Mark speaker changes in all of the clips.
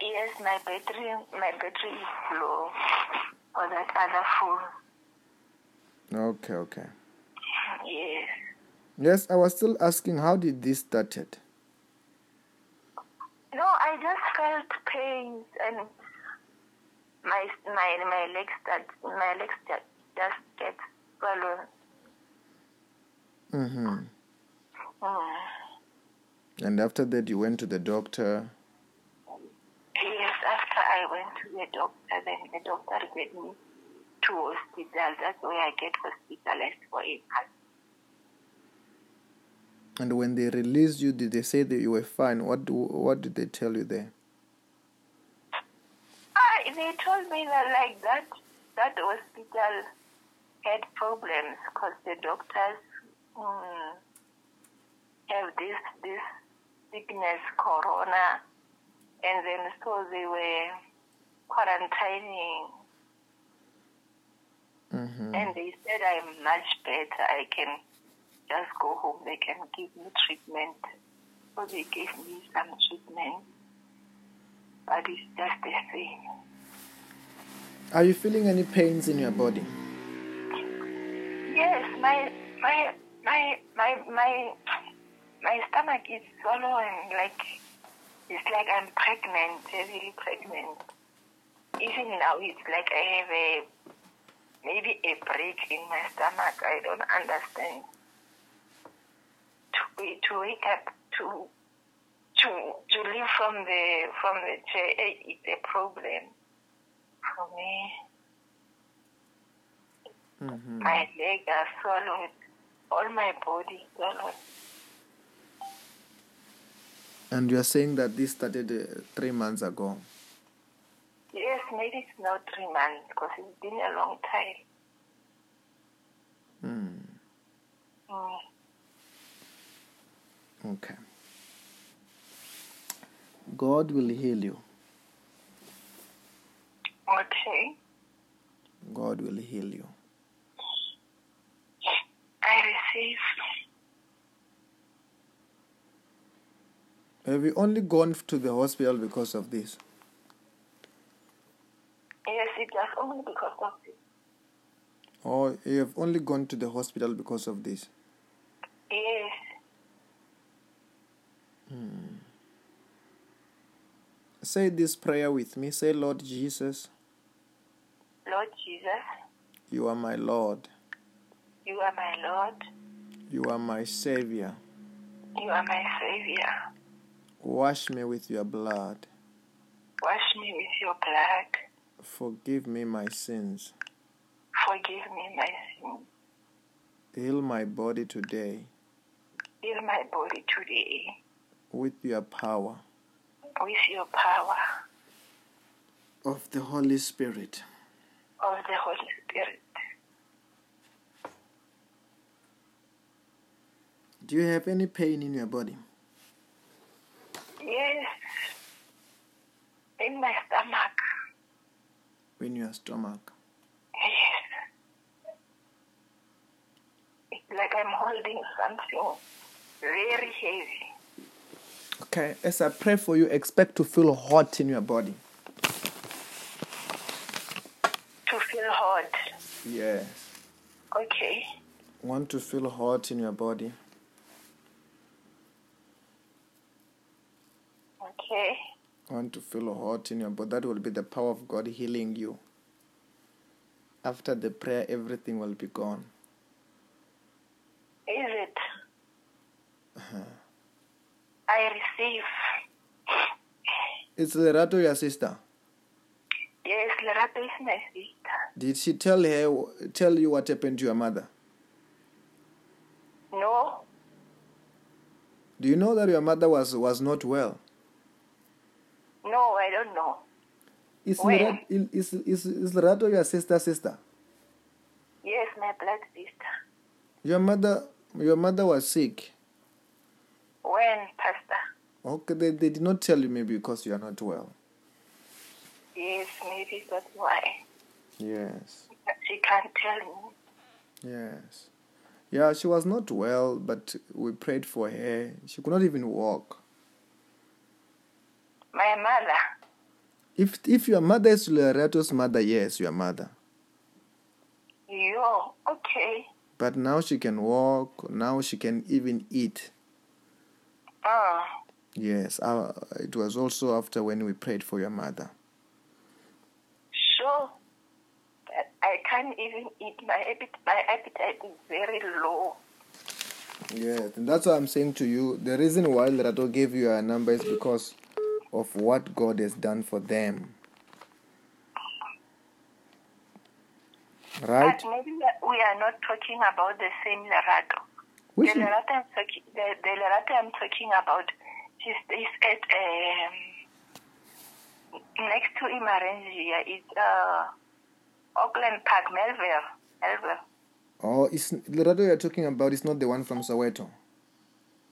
Speaker 1: Yes, my battery, my battery is low for that other phone.
Speaker 2: Okay, okay.
Speaker 1: Yes.
Speaker 2: Yes, I was still asking how did this started?
Speaker 1: No, I just felt pains and my my my legs that my legs that just get swollen.
Speaker 2: Mm-hmm.
Speaker 1: Mm.
Speaker 2: And after that you went to the doctor.
Speaker 1: Yes, after I went to the doctor, then the doctor get me to hospital. That's where I get hospitalized for a month.
Speaker 2: And when they released you, did they say that you were fine? What do, what did they tell you there?
Speaker 1: I, Ah, they told me that like that that hospital had problems because the doctors mm, have this this sickness corona, and then so they were quarantining,
Speaker 2: Mm-hmm.
Speaker 1: and they said I'm much better. I can just go home. They can give me treatment, so they gave me some treatment, but it's just the same.
Speaker 2: Are you feeling any pains in your body?
Speaker 1: Yes, my my my my my my stomach is swollen like it's like I'm pregnant, heavily pregnant. Even now it's like I have a maybe a break in my stomach. I don't understand. To wa- to wake up to to to live from the from the chair eh, it's a problem for me.
Speaker 2: Mm-hmm.
Speaker 1: My legs are swollen. All my body is swollen.
Speaker 2: And you are saying that this started uh, three months ago.
Speaker 1: Yes, maybe it's not three months because it's been a long time.
Speaker 2: Mm.
Speaker 1: Mm.
Speaker 2: Okay. God will heal you.
Speaker 1: Okay.
Speaker 2: God will heal you.
Speaker 1: I receive.
Speaker 2: Have you only gone f- to the hospital because of this?
Speaker 1: Yes, it was only because of this.
Speaker 2: Or you have only gone to the hospital because of this?
Speaker 1: Yes.
Speaker 2: Say this prayer with me. Say, Lord Jesus,
Speaker 1: Lord Jesus,
Speaker 2: you are my Lord.
Speaker 1: you are my Lord.
Speaker 2: You are my Savior.
Speaker 1: You are my Savior.
Speaker 2: Wash me with your blood.
Speaker 1: Wash me with your blood.
Speaker 2: Forgive me my sins.
Speaker 1: Forgive me my sins.
Speaker 2: Heal my body today
Speaker 1: Heal my body today
Speaker 2: with your power
Speaker 1: with your power
Speaker 2: of the Holy Spirit.
Speaker 1: of the Holy Spirit.
Speaker 2: Do you have any pain in your body?
Speaker 1: Yes. In my stomach.
Speaker 2: In your stomach?
Speaker 1: Yes. It's like I'm holding something very heavy.
Speaker 2: Okay, as I pray for you, expect to feel hot in your body.
Speaker 1: To feel hot.
Speaker 2: Yes.
Speaker 1: Okay.
Speaker 2: Want to feel hot in your body.
Speaker 1: Okay.
Speaker 2: want to feel hot in your body. That will be the power of God healing you. After the prayer, everything will be gone.
Speaker 1: Is it? I receive.
Speaker 2: It's Lerato, your sister.
Speaker 1: Yes, Lerato is my sister.
Speaker 2: Did she tell her tell you what happened to your mother?
Speaker 1: No.
Speaker 2: Do you know that your mother was was not well?
Speaker 1: No, I don't know.
Speaker 2: Is
Speaker 1: Where?
Speaker 2: Lerato, is, is, is Lerato your sister sister?
Speaker 1: Yes, my blood sister.
Speaker 2: Your mother your mother was sick.
Speaker 1: When, Pastor?
Speaker 2: Okay, they, they did not tell you maybe because you are not well.
Speaker 1: Yes, maybe that's why.
Speaker 2: Yes.
Speaker 1: She can't tell me.
Speaker 2: Yes. Yeah, she was not well, but we prayed for her. She could not even walk.
Speaker 1: My mother.
Speaker 2: If if your mother is Loreto's mother, yes, your mother.
Speaker 1: Yo, okay.
Speaker 2: But now she can walk. Now she can even eat.
Speaker 1: Oh,
Speaker 2: Yes, uh, it was also after when we prayed for your mother.
Speaker 1: sure. But I can't even eat. My appetite, my appetite is very low.
Speaker 2: Yes, and that's what I'm saying to you. The reason why Lerato gave you a number is because of what God has done for them. Right?
Speaker 1: But maybe we are not talking about the same Lerato.
Speaker 2: Which
Speaker 1: the Lerato I'm talking, the, the Lerato I'm talking about, she stays at um, next to Imarangia. It's uh, Auckland Park, Melville. Melville.
Speaker 2: oh, it's Lerato you're talking about is not the one from Soweto.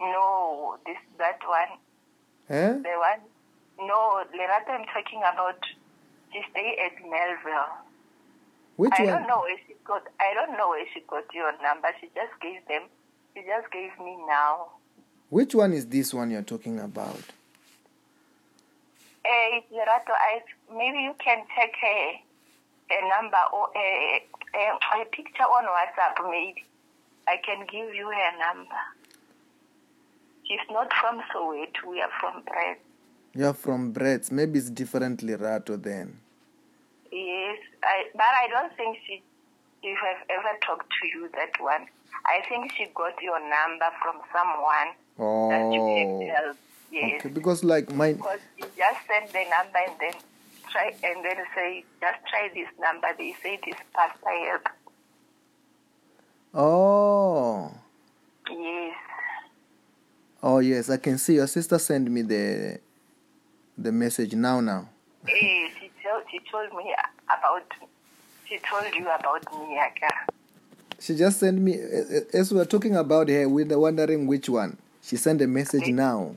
Speaker 1: No, this that one,
Speaker 2: Eh?
Speaker 1: the one. No, Lerato I'm talking about, she stay at Melville.
Speaker 2: Which
Speaker 1: I
Speaker 2: one?
Speaker 1: don't know where she got. I don't know where she got your number. She just gave them. She just gave me now.
Speaker 2: Which one is this one you're talking about?
Speaker 1: Hey, Lerato, I maybe you can take a a number or a, a a picture on WhatsApp. Maybe I can give you her number. She's not from Soweto. We are from Brest.
Speaker 2: You're from Brett's. Maybe it's different Lerato then.
Speaker 1: Yes, I, but I don't think she she have ever talked to you that one. I think she got your number from someone that you
Speaker 2: Oh.
Speaker 1: can tell. Yes.
Speaker 2: Okay, because like my
Speaker 1: Because you just send the number and then try and then say, just try this number. They say this pastor help.
Speaker 2: Oh.
Speaker 1: Yes.
Speaker 2: Oh yes, I can see your sister sent me the the message now now.
Speaker 1: Eh, she told she told me about she told you about me, Aga.
Speaker 2: She just sent me a- a- as we were talking about her, we were wondering which one. She sent a message
Speaker 1: Okay.
Speaker 2: now.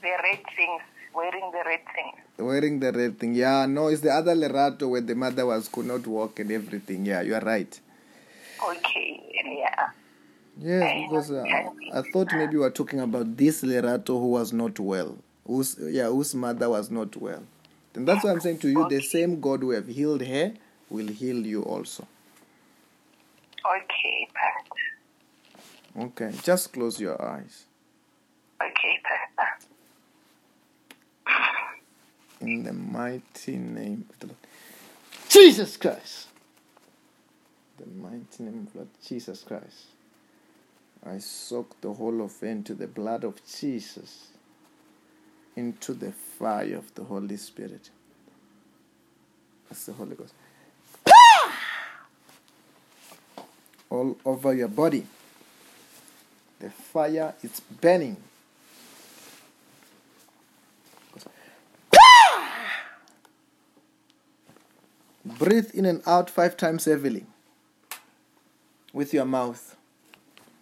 Speaker 1: The red things, wearing the red things.
Speaker 2: Wearing the red thing. Yeah, no, it's the other Lerato where the mother was could not walk and everything. Yeah, you are right.
Speaker 1: Okay, and yeah.
Speaker 2: Yes, because uh, I thought maybe we were talking about this Lerato who was not well, whose yeah, whose mother was not well. And that's what I'm saying to you. The same God who have healed her will heal you also.
Speaker 1: Okay, Pastor.
Speaker 2: Okay, just close your eyes
Speaker 1: Okay, Pastor.
Speaker 2: in the mighty name of the Lord.
Speaker 3: Jesus Christ.
Speaker 2: The mighty name of Lord Jesus Christ. I soak the whole of it into the blood of Jesus, into the fire of the Holy Spirit. That's the Holy Ghost. All over your body. The fire is burning. Breathe in and out five times heavily with your mouth.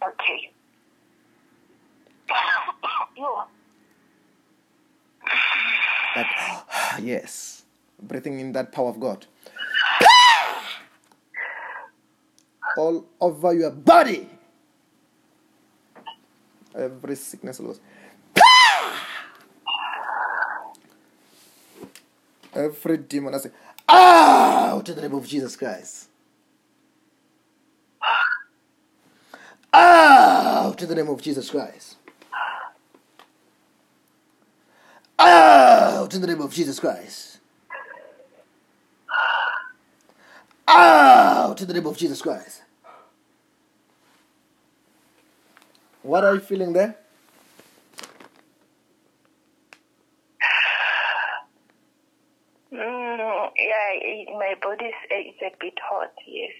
Speaker 1: Okay. Yo,
Speaker 2: Like, Ah, yes, breathing in that power of God. All over your body. Every sickness loss. Every demon, I say, out in the name of Jesus Christ. Out in the name of Jesus Christ. Out in Oh, the name of Jesus Christ. Out in Oh, the name of Jesus Christ. What are you feeling there?
Speaker 1: mm, yeah, it, my body's it's a bit hot. Yes.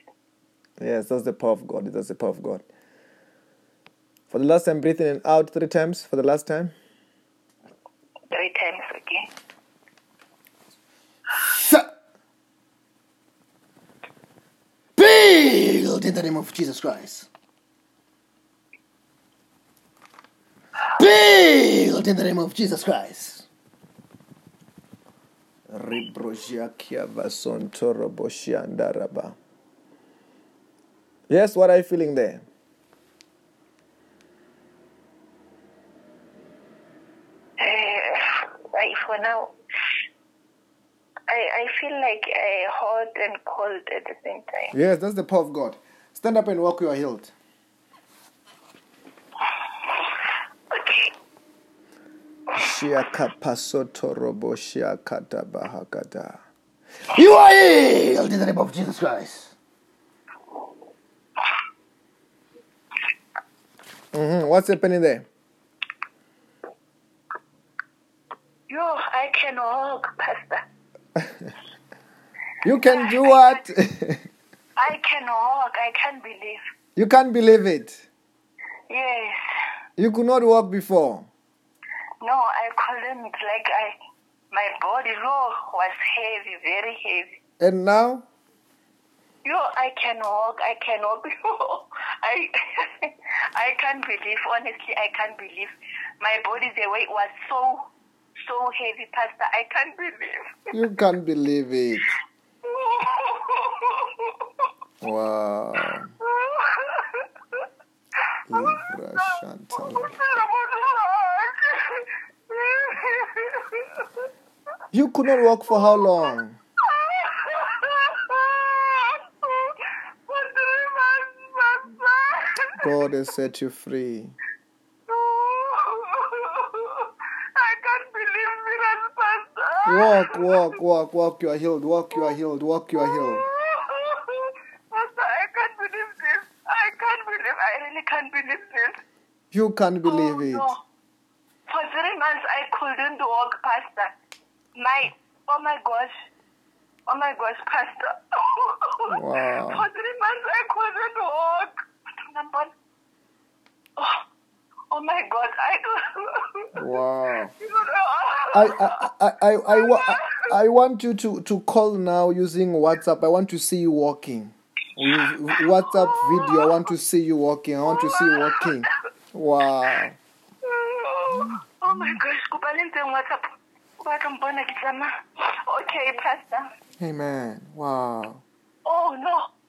Speaker 2: Yes, that's the power of God. That's the power of God. For the last time, breathe in and out three times. For the last time.
Speaker 1: Three times, okay?
Speaker 3: Build in the name of Jesus Christ. Build in the name of Jesus Christ.
Speaker 2: Yes, what are you feeling there?
Speaker 1: Uh, right for now, I, I feel like uh, hot and cold at the same time.
Speaker 2: Yes, that's the power of God. Stand up and walk, you are healed.
Speaker 1: Okay.
Speaker 2: Shiakapasotorobo shiakatabahakata.
Speaker 3: You are healed in the name of Jesus Christ.
Speaker 2: Mhm, What's happening there?
Speaker 1: Yo, I can walk, Pastor.
Speaker 2: You can do what?
Speaker 1: I can walk. I can't believe.
Speaker 2: you can't believe it.
Speaker 1: Yes.
Speaker 2: You could not walk before.
Speaker 1: No, I couldn't. Like I, my body oh, was heavy, very heavy.
Speaker 2: And now?
Speaker 1: Yo, I can walk. I can walk. I, I can't believe. Honestly, I can't believe. My body, the weight was so, so heavy, Pastor. I can't believe.
Speaker 2: You can't believe it. Wow. Ibrashantara. You could not walk for how long? God has set you free.
Speaker 1: I can't believe miracles, Pastor.
Speaker 2: Walk, walk, walk, walk, you are healed. Walk, you are healed. Walk, you are healed.
Speaker 1: Pastor, I can't believe this. I can't believe. I really can't believe this.
Speaker 2: You can't believe
Speaker 1: Oh,
Speaker 2: it.
Speaker 1: no. For three months, I couldn't walk, Pastor. My, oh my gosh. Oh my gosh, Pastor.
Speaker 2: Wow.
Speaker 1: For three months, I couldn't walk. Number, oh, oh my God, I don't.
Speaker 2: Wow.
Speaker 1: You don't know.
Speaker 2: I, I, I, I, I, wa- I want you to, to call now using WhatsApp. I want to see you walking. With WhatsApp video, I want to see you walking. I want to see you walking. Wow.
Speaker 1: Oh my gosh, kubalenzeng WhatsApp. O batla mbona ke tsamaya? Okay, Pastor.
Speaker 2: Amen. Wow.
Speaker 1: Oh no.